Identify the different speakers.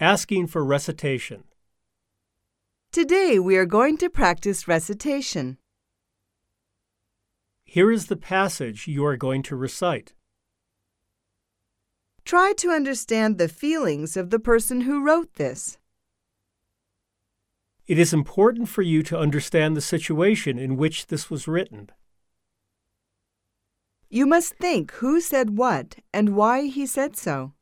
Speaker 1: Asking for recitation.
Speaker 2: Today we are going to practice recitation.
Speaker 1: Here is the passage you are going to recite.
Speaker 2: Try to understand the feelings of the person who wrote this.
Speaker 1: It is important for you to understand the situation in which this was written.
Speaker 2: You must think who said what and why he said so.